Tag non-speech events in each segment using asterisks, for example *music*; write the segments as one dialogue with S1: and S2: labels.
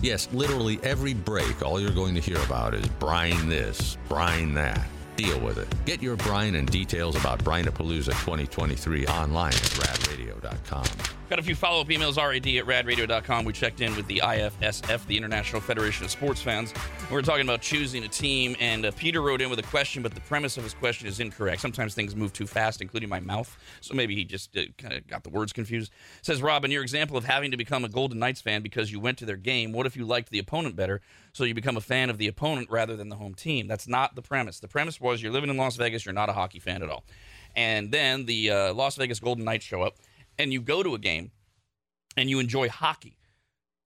S1: Yes, literally every break, all you're going to hear about is brine this, brine that. Deal with it. Get your brine and details about Brinapalooza 2023 online at radradio.com.
S2: Got a few follow up emails, rad at radradio.com. We checked in with the IFSF, the International Federation of Sports Fans. We were talking about choosing a team, and uh, Peter wrote in with a question, but the premise of his question is incorrect. Sometimes things move too fast, including my mouth. So maybe he just uh, kind of got the words confused. Says, Rob, in your example of having to become a Golden Knights fan because you went to their game, what if you liked the opponent better? So you become a fan of the opponent rather than the home team. That's not the premise. The premise was you're living in Las Vegas, you're not a hockey fan at all. And then the uh, Las Vegas Golden Knights show up and you go to a game and you enjoy hockey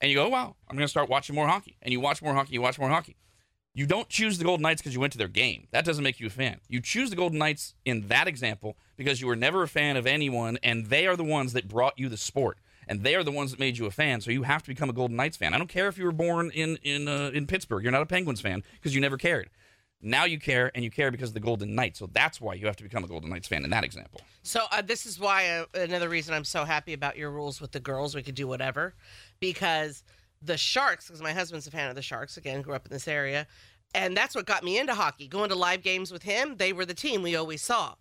S2: and you go, "Oh, wow, I'm going to start watching more hockey. And you watch more hockey, you watch more hockey. You don't choose the Golden Knights because you went to their game. That doesn't make you a fan. You choose the Golden Knights in that example because you were never a fan of anyone and they are the ones that brought you the sport. And they are the ones that made you a fan, so you have to become a Golden Knights fan. I don't care if you were born in in uh, in Pittsburgh; you're not a Penguins fan because you never cared. Now you care, and you care because of the Golden Knights. So that's why you have to become a Golden Knights fan in that example.
S3: So uh, this is why uh, another reason I'm so happy about your rules with the girls. We could do whatever because the Sharks. Because my husband's a fan of the Sharks. Again, grew up in this area, and that's what got me into hockey. Going to live games with him, they were the team we always saw.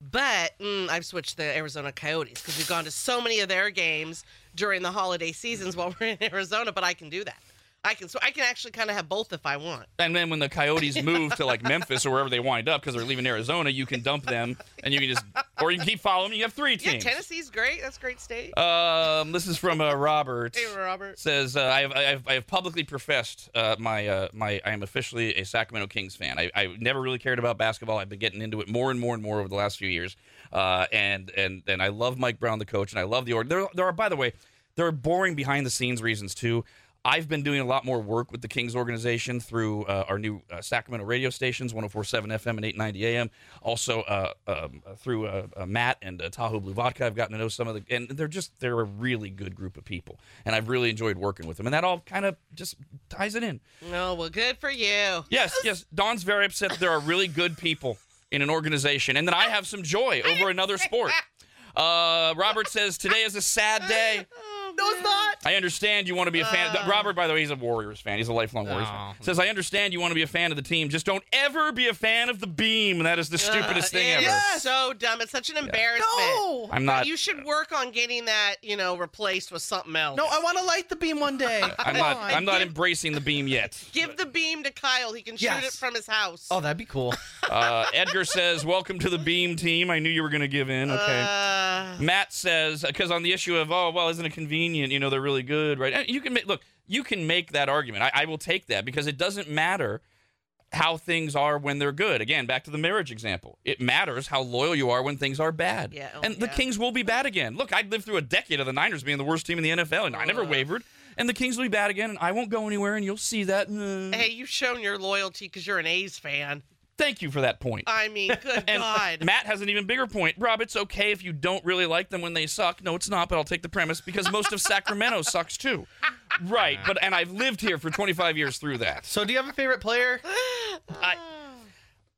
S3: But mm, I've switched the Arizona Coyotes because we've gone to so many of their games during the holiday seasons while we're in *laughs* Arizona. But I can do that. I can. So I can actually kind of have both if I want.
S2: And then when the Coyotes move to like Memphis or wherever they wind up because they're leaving Arizona, you can dump them and you can just, or you can keep following. them. You have three
S3: Yeah,
S2: teams.
S3: Tennessee's great. That's a great state.
S2: Um, this is from uh, Robert.
S3: hey, Robert.
S2: Says uh, I, have, I have I have publicly professed uh, my uh, my I am officially a Sacramento Kings fan. I, I never really cared about basketball. I've been getting into it more and more and more over the last few years. Uh, and and and I love Mike Brown, the coach, and I love the org. There there are by the way, there are boring behind the scenes reasons too. I've been doing a lot more work with the Kings organization through uh, our new uh, Sacramento radio stations, 104.7 FM and 8:90 AM. Also uh, um, through uh, uh, Matt and uh, Tahoe Blue Vodka, I've gotten to know some of the, and they're just they're a really good group of people, and I've really enjoyed working with them. And that all kind of just ties it in.
S3: No, well, good for you.
S2: Yes, yes. Don's very upset that there are really good people in an organization, and that I have some joy over another sport. Uh, Robert says today is a sad day.
S3: No, it's not.
S2: I understand you want to be a fan. Robert, by the way, he's a Warriors fan. He's a lifelong Warriors fan. Says, I understand you want to be a fan of the team. Just don't ever be a fan of the beam. That is the stupidest thing
S3: It
S2: ever.
S3: is so dumb. It's such an embarrassment.
S4: No.
S2: I'm not.
S3: You should work on getting that, you know, replaced with something else.
S4: No, I want to light the beam one *laughs* day.
S2: I'm
S4: Come
S2: not.
S4: on.
S2: I'm not embracing the beam yet.
S3: Give the beam to Kyle. He can shoot
S4: Yes.
S3: it from his house.
S4: Oh, that'd be cool.
S2: Uh, Edgar says, "Welcome to the beam team." I knew you were going to give in. Okay.
S3: Uh,
S2: Matt says because on the issue of oh well isn't it convenient you know they're really good right And you can make look you can make that argument I, I will take that because it doesn't matter how things are when they're good again back to the marriage example it matters how loyal you are when things are bad
S3: Yeah, oh,
S2: and the
S3: yeah.
S2: Kings will be bad again look I lived through a decade of the Niners being the worst team in the NFL and I never wavered and the Kings will be bad again and I won't go anywhere and you'll see that Mm.
S3: hey, you've shown your loyalty because you're an A's fan.
S2: thank you for that point
S3: I mean,
S4: *laughs*
S3: good
S2: and
S3: God.
S2: Matt has an even bigger point. Rob, it's okay if you don't really like them when they suck. No, it's not, but I'll take the premise because most of Sacramento
S3: *laughs*
S2: sucks too. Right, but and I've lived here for 25 years through that.
S4: So, do you have a favorite player?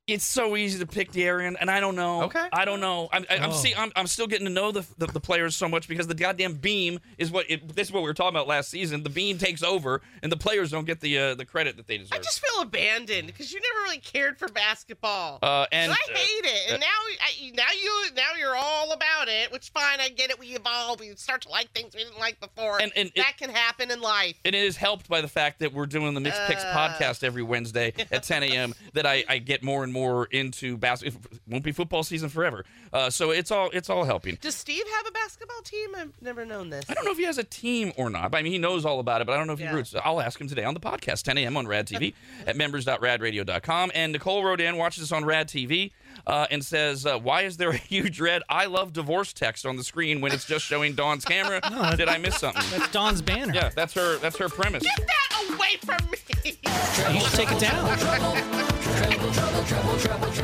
S2: It's so easy to pick the area, and- and I don't know.
S4: Okay.
S2: I don't know. I'm, I- I'm,
S4: Oh.
S2: see, I'm, I'm still getting to know the, the the players so much because the goddamn beam is what it, this is what we were talking about last season. The beam takes over, and the players don't get the uh, the credit that they deserve.
S3: I just feel abandoned because you never really cared for basketball.
S2: uh, and
S3: And I hate it, and now I, now you now you're all about it, which fine, I get it. We evolve, we start to like things we didn't like before,
S2: And- and it-
S3: that can happen in life.
S2: and it is helped by the fact that we're doing the Mixed Picks
S3: Uh.
S2: podcast every Wednesday at 10 a.m. that I, I get more and more into basketball. It won't be football season forever, uh, so it's all it's all helping.
S3: Does Steve have a basketball team? I've never known this.
S2: I don't know if he has a team or not. but I mean, he knows all about it, but I don't know if
S3: Yeah.
S2: he roots. I'll ask him today on the podcast, 10 a.m. on Rad TV at members.radradio.com. And Nicole wrote in, watches this on Rad TV, uh, and says, uh, "Why is there a huge red I love divorce text on the screen when it's just showing Dawn's camera? Did I miss something?"
S5: That's Don's banner.
S2: Yeah, that's her. That's her premise.
S3: Get that away from me.
S5: You should take it down.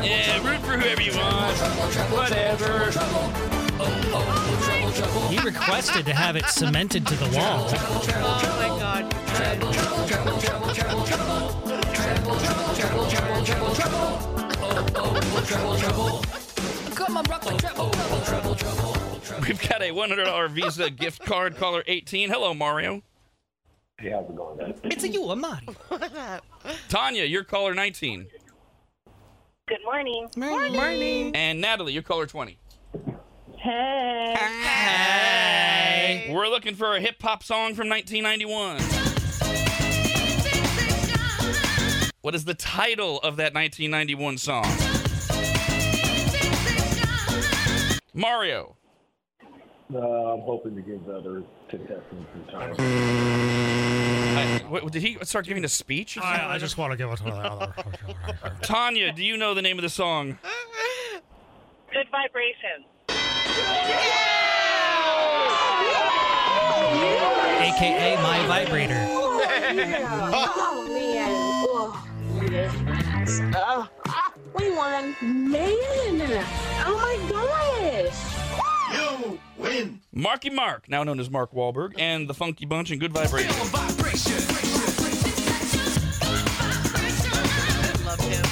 S2: Yeah, root for whoever you want. Whatever.
S5: He requested to have it cemented to the wall.
S3: Oh my god.
S2: We've got a $100 Visa gift card. Caller 18. Hello, Mario.
S6: Hey, how's it going, guys?
S5: It's a you, a Marty.
S2: Tanya, you're caller 19.
S7: Good morning.
S5: Morning.
S2: And Natalie, you're caller 20.
S7: Hey.
S2: We're looking for a hip hop song from 1991. What is the title of that 1991 song? Mario.
S6: Uh, I'm hoping to give the other contestants some time.
S2: I- what- did he start giving a speech?
S8: I, I just want to give it to the other.
S2: Tanya, do you know the name of the song?
S7: Good vibrations.
S5: AKA my vibrator.
S9: Oh man. Oh, yes. Oh, ah, we won. Man. Oh my gosh.
S2: Marky Mark, now known as Mark Wahlberg, and the Funky Bunch and Good Vibrations.
S3: Love him.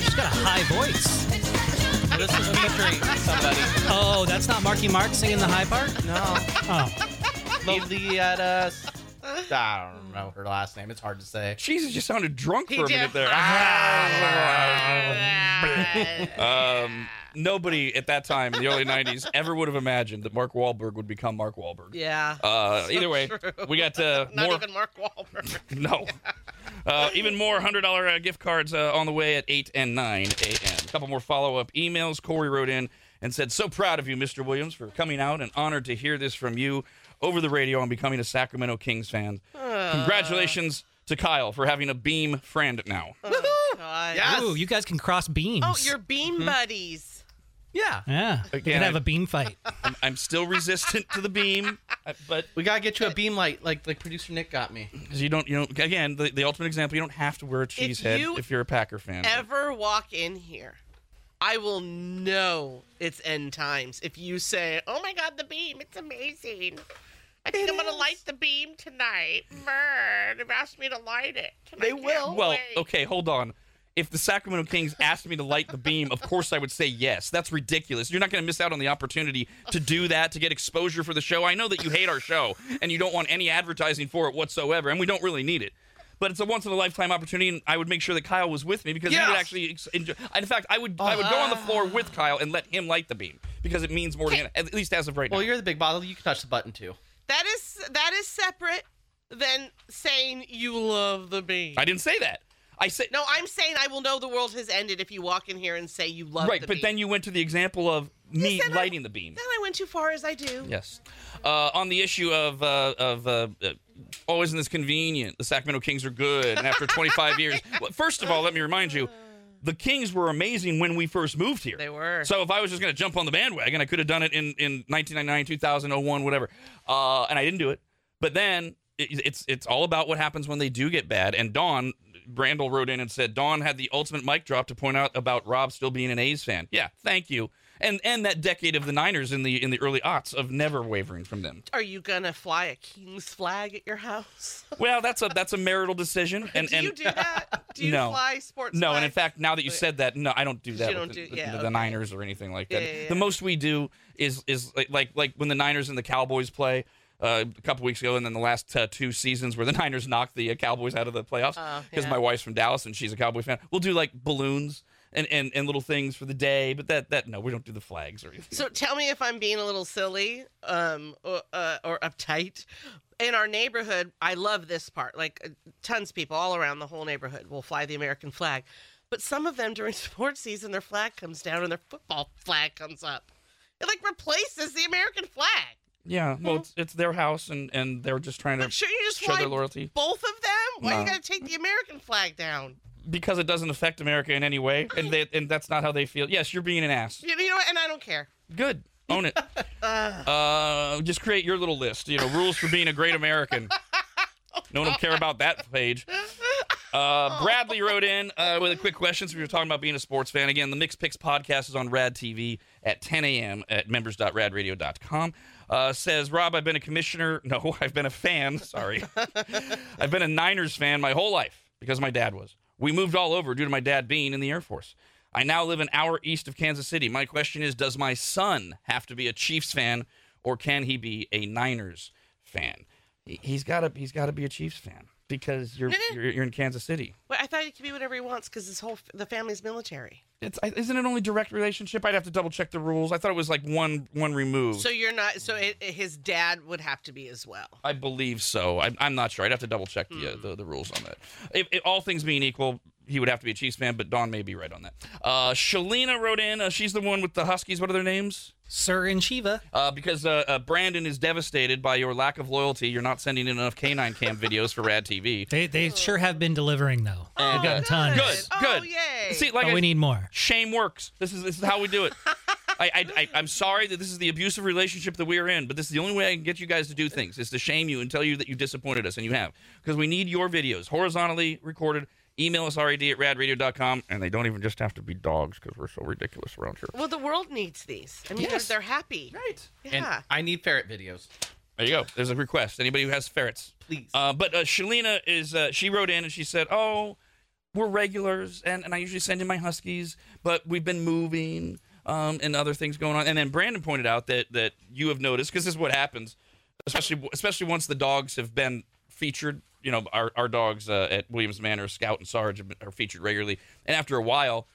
S5: She's got a high voice.
S4: This is featuring somebody.
S5: Oh, that's not Marky Mark singing the high part?
S4: No.
S5: Oh.
S4: Lolietta. I don't know her last name. It's hard to say.
S2: Jesus, you sounded drunk for
S3: He
S2: a
S3: did. Ah.
S2: minute there. *laughs*
S3: *laughs* Uh,
S2: um, nobody at that time in the early 90s ever would have imagined that Mark Wahlberg would become Mark Wahlberg.
S3: yeah.
S2: Uh, either way, we got uh,
S3: *laughs* Not
S2: more.
S3: even Mark Wahlberg.
S2: *laughs* No. Uh, even more $100 uh, gift cards uh, on the way at 8 and 9 a.m. A couple more follow up emails. Corey wrote in and said, So proud of you, Mr. Williams, for coming out and honored to hear this from you over the radio and becoming a Sacramento Kings fan.
S3: Ah.
S2: Congratulations to Kyle for having a beam friend now.
S3: *laughs* Ah. God.
S5: Ooh, you guys can cross beams.
S3: Oh, you're bean buddies.
S4: Yeah.
S5: Yeah. You
S2: Again,
S5: could have
S2: I-
S5: a beam fight.
S2: I'm, I'm still resistant to the beam, uh, but
S4: We gotta get you a beam light, like like producer Nick got me.
S2: 'cause you don't, you don't, again, the, the ultimate example, you don't have to wear a cheese head
S3: you
S2: if you're a Packer fan.
S3: Ever walk in here, I will know it's end times if you say, "Oh my God, the beam! It's amazing." I think I'm gonna light the beam tonight. Mer, they've asked me to light it. They will.
S2: Well, okay, hold on. If the Sacramento Kings asked me to light the beam, of course I would say yes. That's ridiculous. You're not going to miss out on the opportunity to do that, to get exposure for the show. I know that you hate our show and you don't want any advertising for it whatsoever, and we don't really need it. But it's a once in a lifetime opportunity, and I would make sure that Kyle was with me because he would
S4: Yes.
S2: actually ex- enjoy. In fact, I would I would go on the floor
S3: Uh-huh.
S2: with Kyle and let him light the beam because it means more to him, at least as of right now.
S4: Well, you're the big bottle. You can touch the button too.
S3: That is that is separate than saying you love the beam.
S2: I didn't say that. I said
S3: no, I'm saying I will know the world has ended if you walk in here and say you love
S2: right,
S3: the
S2: but
S3: beam.
S2: then you went to the example of me
S3: said I-
S2: lighting the beam.
S3: Then I went too far as I do.
S2: Yes. Uh, on the issue of uh, of uh, uh, oh, isn't this convenient? The Sacramento Kings are good, and after 25 years, *laughs* well, first of all, let me remind you, the Kings were amazing when we first moved here.
S3: They were.
S2: So if I was just going to jump on the bandwagon, I could have done it in in 1999, 2001, whatever, uh, and I didn't do it. But then it, it's it's all about what happens when they do get bad. And Dawn Brandel wrote in and said Dawn had the ultimate mic drop to point out about Rob still being an A's fan. Yeah, thank you. And and that decade of the Niners in the in the early aughts of never wavering from them.
S3: Are you gonna fly a king's flag at your house? *laughs*
S2: Well, that's a that's a marital decision. And
S3: do
S2: and
S3: you
S2: *laughs*
S3: do that? Do you
S2: No.
S3: fly sports?
S2: no, and in
S3: flags?
S2: fact, now that you said that, no, I don't do that.
S3: You
S2: with
S3: don't
S2: the,
S3: do-
S2: the-
S3: yeah,
S2: the
S3: okay.
S2: Niners or anything like that.
S3: Yeah, yeah, yeah.
S2: The most we do is is like like, like when the Niners and the Cowboys play. Uh, a couple weeks ago, and then the last uh, two seasons where the *laughs* Niners knocked the uh, Cowboys out of the playoffs
S3: Oh,
S2: because
S3: yeah.
S2: my wife's from Dallas and she's a Cowboy fan. We'll do like balloons and, and, and little things for the day, but that that no, we don't do the flags or anything.
S3: So tell me if I'm being a little silly, um, or, uh, or uptight. In our neighborhood, I love this part. Like uh, tons of people all around the whole neighborhood will fly the American flag, but some of them during *laughs* sports season, their flag comes down and their football flag comes up. It like replaces the American flag.
S2: Yeah, well, it's, it's their house and and they're just trying to
S3: But shouldn't you just
S2: show
S3: fly
S2: their loyalty
S3: both of them? Why you
S2: No.
S3: gotta take the American flag down?
S2: because it doesn't affect America in any way, and they, and that's not how they feel. Yes, you're being an ass.
S3: You, you know, what? and I don't care.
S2: Good. Own it. uh, just create your little list. You know, rules for being a great American. No one will care about that page. Uh, Bradley wrote in uh, with a quick question. So we were talking about being a sports fan. Again, the Mixed Picks podcast is on Rad TV at 10 a.m. at members.radradio.com. Uh, says, Rob, I've been a commissioner. *laughs* No, I've been a fan. Sorry. I've been a Niners fan my whole life because my dad was. We moved all over due to my dad being in the Air Force. I now live an hour east of Kansas City. My question is Does my son have to be a Chiefs fan or can he be a Niners fan. He- He's got to he's got to be a Chiefs fan because you're
S3: No, no.
S2: you're, you're in Kansas City.
S3: Well, I thought he could be whatever he wants because his whole f- the family's military.
S2: It's I- isn't it only direct relationship? I'd have to double check the rules. I thought it was like one one remove.
S3: So you're not. So it, it- his dad would have to be as well.
S2: I believe so. I'm, I'm not sure. I'd have to double check the, uh, the the rules on that. If, if all things being equal, he would have to be a Chiefs fan, but Dawn may be right on that. Uh, Shalina wrote in. Uh, she's the one with the Huskies. What are their names?
S5: Sir and Shiva.
S2: Uh, because uh, uh, Brandon is devastated by your lack of loyalty. You're not sending in enough canine cam *laughs* videos for Rad TV.
S5: They, they sure have been delivering, though.
S2: And,
S5: They've gotten
S2: uh,
S5: tons.
S2: Good,
S3: Oh,
S2: good.
S3: yay.
S2: See, like
S5: but
S2: I,
S5: Oh, we need more.
S2: shame works. This is this is how we do it. I, I, I I'm sorry that this is the abusive relationship that we're in, but this is the only way I can get you guys to do things is to shame you and tell you that you disappointed us, and you have because we need your videos horizontally recorded. Email us rad at radradio.com, and they don't even just have to be dogs because we're so ridiculous around here.
S3: well, the world needs these. I mean, they're-
S2: Yes.
S3: they're, happy.
S2: Right.
S4: And
S5: uh,
S3: Yeah.
S4: I need ferret videos,
S2: There you go. There's a request. Anybody who has ferrets,
S4: please.
S2: Uh, but uh, Shalina is uh, she wrote in and she said, "Oh, we're regulars, and, and I usually send in my Huskies, but we've been moving um, and other things going on." And then Brandon pointed out that that you have noticed because this is what happens, especially especially once the dogs have been featured. You know, our our dogs uh, at Williams Manor, Scout and Sarge, have been- are featured regularly, and after a while.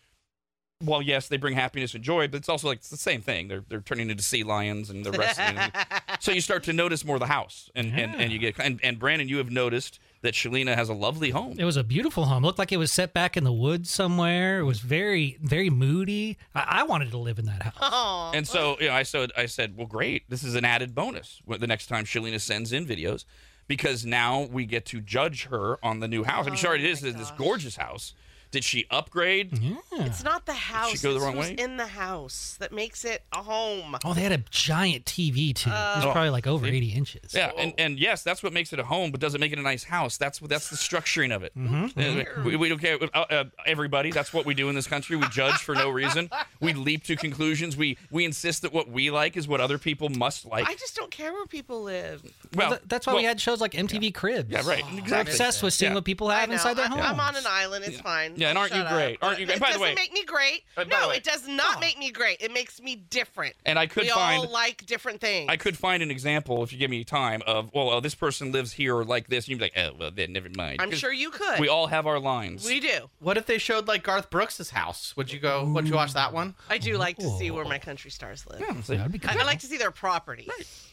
S2: Well, yes, they bring happiness and joy, but it's also like it's the same thing. They're they're turning into sea lions and they're wrestling. and- so you start to notice more the house, and and, and you get and, and Brandon, you have noticed that Shalina has a lovely home.
S5: It was a beautiful home. Looked like it was set back in the woods somewhere. It was very, very moody. I, I wanted to live in that house.
S3: Oh.
S2: And so you know, I said, I said, well, great, this is an added bonus wh- the next time Shalina sends in videos, because now we get to judge her on the new house. I
S5: Oh
S2: mean, she already is in this gorgeous house. Did she upgrade?
S5: Mm-hmm.
S3: It's not the house.
S2: go the
S3: it's
S2: wrong
S3: who's
S2: way?
S3: in the house that makes it a home.
S5: Oh, they had a giant TV too. it was
S2: Oh,
S5: probably like over 80 inches.
S2: Yeah, and, and yes, that's what makes it a home, but doesn't make it a nice house. That's what that's the structuring of it.
S5: Mm-hmm.
S2: Uh, We, we don't care. Uh, uh, everybody, that's what we do in this country. We judge for no reason. We leap to conclusions. We we insist that what we like is what other people must like.
S3: I just don't care where people live.
S5: Well, th- that's why we
S2: well,
S5: had shows like MTV Cribs.
S2: Yeah, right.
S5: We're
S2: Exactly.
S5: obsessed with seeing
S2: Yeah.
S5: what people
S3: I
S5: have
S3: know.
S5: inside their
S3: I-
S5: homes.
S3: I'm on an island. It's fine.
S2: Yeah, and aren't you
S3: Shut up.
S2: great? Aren't you great?
S3: It
S2: By the
S3: doesn't
S2: way-
S3: make me great.
S2: Uh, by the
S3: no,
S2: way-
S3: it does not make me great. It makes me different.
S2: And I could
S3: we
S2: find
S3: all like different things.
S2: I could find an example if you give me time of well, oh, this person lives here or like this. And you'd be like, oh, well, then never mind.
S3: I'm
S2: 'Cause
S3: sure you could.
S2: we all have our lines.
S3: We do.
S4: What if they showed like Garth Brooks' house? Would you go? Would you watch that one?
S3: I do like to see where my country stars live.
S2: Yeah, see?
S5: That'd be
S3: I,
S5: cool.
S3: I
S5: *laughs*
S3: like to see their property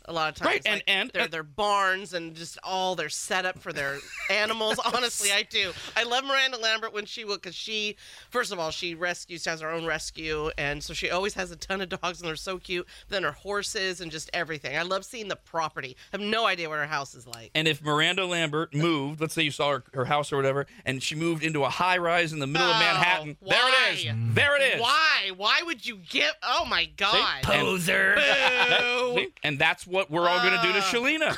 S3: a lot of times.
S2: Right, and-
S3: like
S2: and-
S3: their
S2: and-
S3: their barns and just all their setup for their
S2: *laughs*
S3: animals. Honestly, I do. I love Miranda Lambert when she will, because she, first of all, she rescues, has her own rescue, and so she always has a ton of dogs, and they're so cute. Then her horses and just everything. I love seeing the property. I have no idea what her house is like.
S2: And if Miranda Lambert moved, let's say you saw her, her house or whatever, and she moved into a high rise in the middle of
S3: Oh,
S2: Manhattan, there it
S3: why?
S2: is. There it is.
S3: Why? Why would you give? Oh my God!
S5: *laughs* Poser.
S2: That- see? and that's what we're all going to do to Shalina.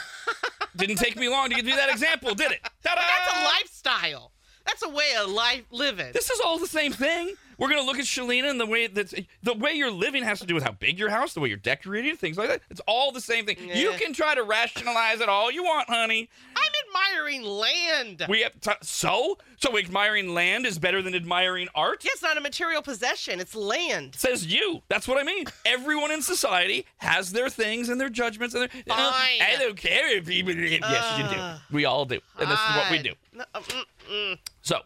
S2: Didn't take me long to give you that example,
S3: *laughs*
S2: did it? Ta-da!
S3: That's a lifestyle. That's a way of life living.
S2: This is all the same thing. We're gonna look at Shalina and the way that the way you're living has to do with how big your house, the way you're decorated, things like that. It's all the same thing. You
S3: Yeah.
S2: can try to rationalize it all you want, honey.
S3: I'm admiring land.
S2: We have t- so so admiring land is better than admiring art.
S3: Yeah, it's not a material possession. It's land.
S2: Says you. That's what I mean. Everyone in society has their things and their judgments and their. you know,
S3: Fine. Ah.
S2: I don't care if people. yes, you
S3: Ugh.
S2: do. We all do, and this is what we
S3: God.
S2: do.
S3: No, uh, mm, mm.
S2: So,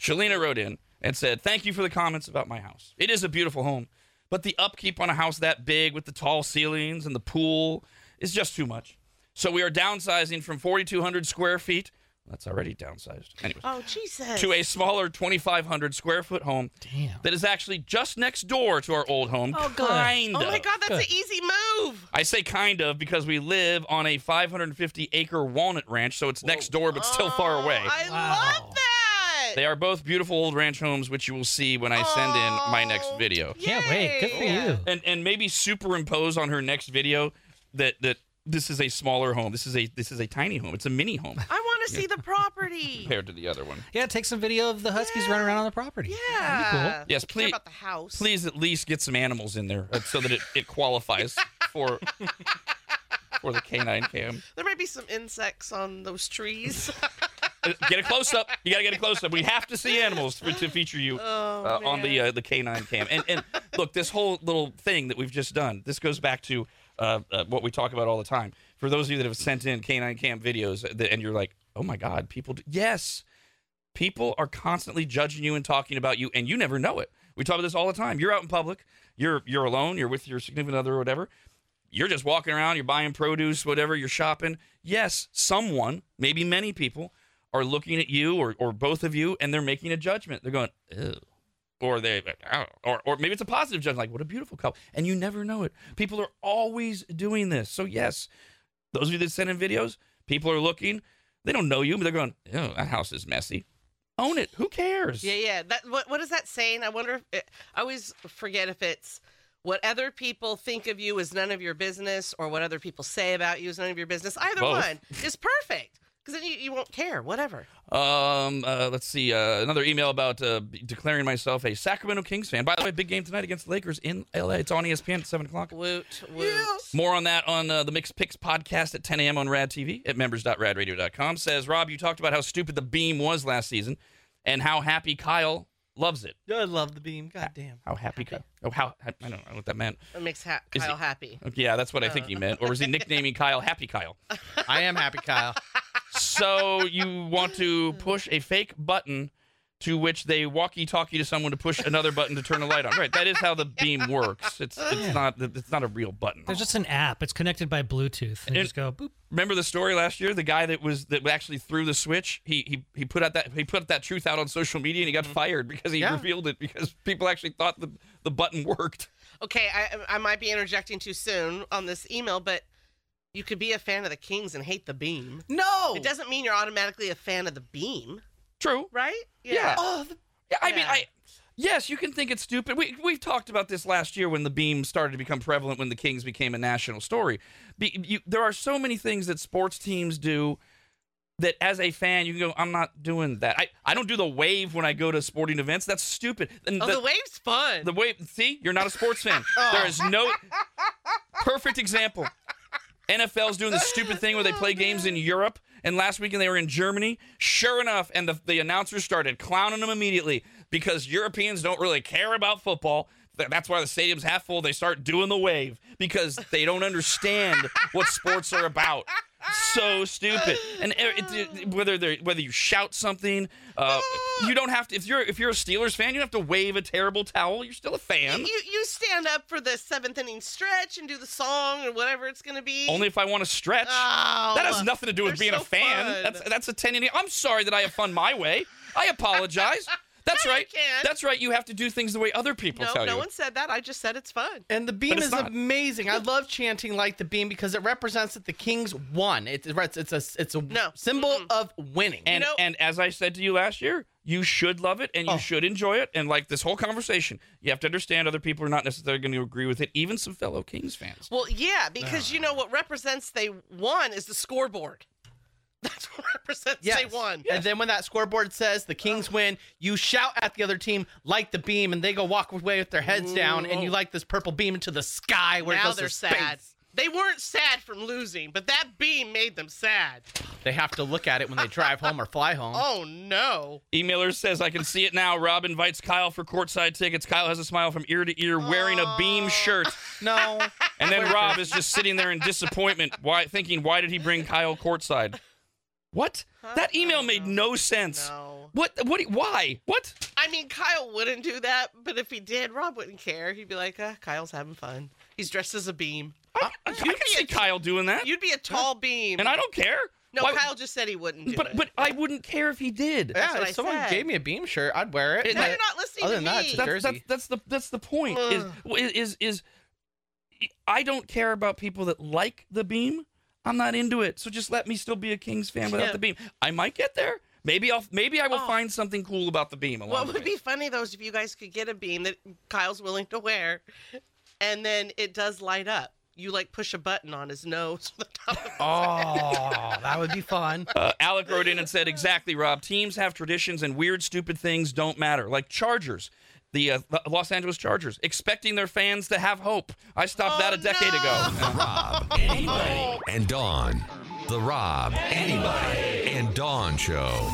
S2: Shalina wrote in and said, Thank you for the comments about my house. It is a beautiful home, but the upkeep on a house that big with the tall ceilings and the pool is just too much. So, we are downsizing from 4,200 square feet. That's already downsized. Anyways,
S3: Oh, Jesus.
S2: to a smaller 2,500 square foot home
S5: Damn.
S2: that is actually just next door to our old home.
S5: Oh, good.
S2: kind
S3: oh,
S2: of.
S3: my God. That's
S5: Good.
S3: an easy move.
S2: I say kind of because we live on a 550 acre walnut ranch, so it's next door but still far away.
S3: Oh, I
S5: Wow.
S3: love that.
S2: They are both beautiful old ranch homes, which you will see when I send in my next
S3: Oh.
S2: video.
S5: Can't wait. Good for
S3: Yeah.
S5: you.
S2: And and maybe superimpose on her next video that that this is a smaller home. This is a this is a tiny home. It's a mini home
S3: I want to see the
S2: *laughs*
S3: property.
S2: compared to the other one.
S5: Yeah, take some video of the Huskies running around on the property.
S3: Yeah.
S5: That'd be
S2: Yes,
S3: I don't care
S2: please-
S3: about the house.
S2: Please at least get some animals in there uh, so that it, it qualifies *laughs* for for the canine cam.
S3: There might be some insects on those trees.
S2: Uh, Get a close up. You gotta get a close up. We have to see animals for, to feature you
S3: Oh,
S2: uh, on
S3: man.
S2: the uh, the canine cam. And and look, this whole little thing that we've just done. This goes back to uh, uh, what we talk about all the time. For those of you that have sent in canine camp videos, uh, that- and you're like, oh my god, people, do- yes, people are constantly judging you and talking about you, and you never know it. We talk about this all the time. You're out in public, you're you're alone, you're with your significant other or whatever. You're just walking around, you're buying produce, whatever, you're shopping. Yes, someone, maybe many people, are looking at you or, or both of you, and they're making a judgment. They're going, ew or they I don't know. or or maybe it's a positive judgment like what a beautiful couple and you never know it people are always doing this so yes those of you that send in videos people are looking they don't know you but they're going oh that house is messy own it who cares
S3: Yeah, yeah. That what what is that saying? I wonder if it, I always forget if it's what other people think of you is none of your business, or what other people say about you is none of your business. Either
S2: Both.
S3: one is perfect because then you, you won't care. Whatever.
S2: um uh, let's see uh, another email about uh, declaring myself a sacramento kings fan by the way big game tonight against the lakers in la it's on E espn at 7 o'clock
S3: Woot woot.
S2: More on that on uh, the Mixed Picks podcast at 10 a.m. on Rad TV at members.radradio.com. Says Rob, you talked about how stupid the beam was last season, and how happy Kyle loves it.
S4: I love the beam. Goddamn.
S2: How happy, Kyle? Oh, how I don't know what that meant.
S3: It makes ha-
S2: Is
S3: Kyle
S2: it-
S3: happy.
S2: Okay, yeah, that's what I think he meant. Or *laughs* was he nicknaming Kyle Happy Kyle?
S4: I am happy, Kyle.
S2: So you want to push a fake button to which they walkie-talkie to someone to push another button to turn the light on. Right, that is how the beam works. It's it's not it's not a real button.
S5: There's just an app. It's connected by Bluetooth. And you
S2: It-
S5: just go boop.
S2: Remember the story last year? The guy that was that actually threw the switch. He he he put out that he put that truth out on social media and he got fired because he
S4: Mm-hmm. Yeah.
S2: revealed it because people actually thought the the button worked.
S3: Okay, I I might be interjecting too soon on this email, but you could be a fan of the Kings and hate the Beam.
S2: Oh.
S4: No.
S3: It doesn't mean you're automatically a fan of the Beam,
S2: True.
S3: right?
S2: Yeah.
S4: Oh, the,
S2: Yeah, I mean,
S3: Yeah.
S2: I yes, you can think it's stupid. We we talked about this last year when the beam started to become prevalent when the Kings became a national story. Be, you, there are so many things that sports teams do that as a fan you can go, I'm not doing that. I, I don't do the wave when I go to sporting events. That's stupid. And
S3: Oh,
S2: the-
S3: the, wave's fun.
S2: The way, see, you're not a sports fan. There is no perfect example. NFL's doing this stupid thing where they play games in Europe, and last weekend they were in Germany. Sure enough, and the, the announcers started clowning them immediately because Europeans don't really care about football. Th- That's why the stadium's half full. They start doing the wave because they don't understand what sports are about. So stupid. And e, it, it- whether they whether you shout something, uh, you don't have to. If you're if you're a Steelers fan, you don't have to wave a terrible towel. You're still a
S3: *laughs*
S2: fan.
S3: you you stand up for the seventh inning stretch and do the song or whatever it's gonna be.
S2: Only if I want to stretch.
S3: Oh,
S2: That has nothing to do with
S3: they're
S2: being a
S3: so
S2: fan.
S3: fun.
S2: That's that's a ten. I'm sorry that I have fun my way. I
S3: *laughs*
S2: apologize. That's
S3: No, you
S2: right.
S3: can't.
S2: That's right. You have to do things the way other people
S3: no,
S2: tell
S3: no
S2: you.
S3: one said that. I just said it's fun.
S4: and the beam
S2: it's
S4: is
S2: not.
S4: amazing. I love chanting like the beam because it represents that the Kings won. It, it's it's a it's a
S3: No.
S4: symbol
S3: Mm-mm.
S4: of winning.
S2: and
S3: You know-
S2: and as I said to you last year, you should love it and you
S4: Oh.
S2: should enjoy it. And like this whole conversation, you have to understand other people are not necessarily going to agree with it. Even some fellow Kings fans.
S3: Well, yeah, because you know what represents they won is the scoreboard. That's what represents
S4: Yes.
S3: they won.
S4: And then when that scoreboard says the Kings win, you shout at the other team like the beam, and they go walk away with their heads down, and you like this purple beam into the sky where it
S3: now
S4: goes to
S3: they're
S4: space.
S3: sad. They weren't sad from losing, but that beam made them sad.
S4: They have to look at it when they drive home or fly home.
S3: *laughs* Oh no.
S2: Emailer says, I can see it now. Rob invites Kyle for courtside tickets. Kyle has a smile from ear to ear, wearing a beam shirt.
S4: No,
S2: And then Rob is just sitting there in disappointment, why thinking, why did he bring Kyle courtside? What? That email made no sense.
S3: No.
S2: What? What? Why? What?
S3: I mean, Kyle wouldn't do that, but if he did, Rob wouldn't care. He'd be like, ah, Kyle's having fun. He's dressed as a beam.
S2: I can see Kyle doing that,
S3: You'd be a tall beam.
S2: and I don't care.
S3: no,
S2: Why-
S3: Kyle just said he wouldn't do
S2: But
S3: it.
S2: but I wouldn't care if he did.
S3: *laughs* That's
S4: yeah.
S3: what
S4: If
S3: I
S4: someone
S3: said.
S4: gave me a beam shirt, I'd wear it.
S2: It-
S3: now
S4: but
S3: you're not listening
S4: other
S3: to
S4: than that,
S3: me.
S4: it's a
S2: That's, that's
S4: Jersey.
S2: that's the that's the point. Is is is I don't care about people that like the beam. I'm not into it. So just let me still be a Kings fan without
S3: Yeah.
S2: the beam. I might get there. Maybe I'll maybe I will
S3: Oh.
S2: find something cool about the beam. Along
S3: What
S2: the
S3: would
S2: way.
S3: be funny though is if you guys could get a beam that Kyle's willing to wear, and then it does light up. You like push a button on his nose. The top of his
S4: oh, that would be fun.
S2: Uh, Alec wrote in and said, "Exactly, Rob. Teams have traditions, and weird, stupid things don't matter. Like Chargers, the uh, L- Los Angeles Chargers, expecting their fans to have hope. I stopped that a decade ago.
S1: Rob, anybody, and Dawn. The Rob, anybody, and Dawn Show.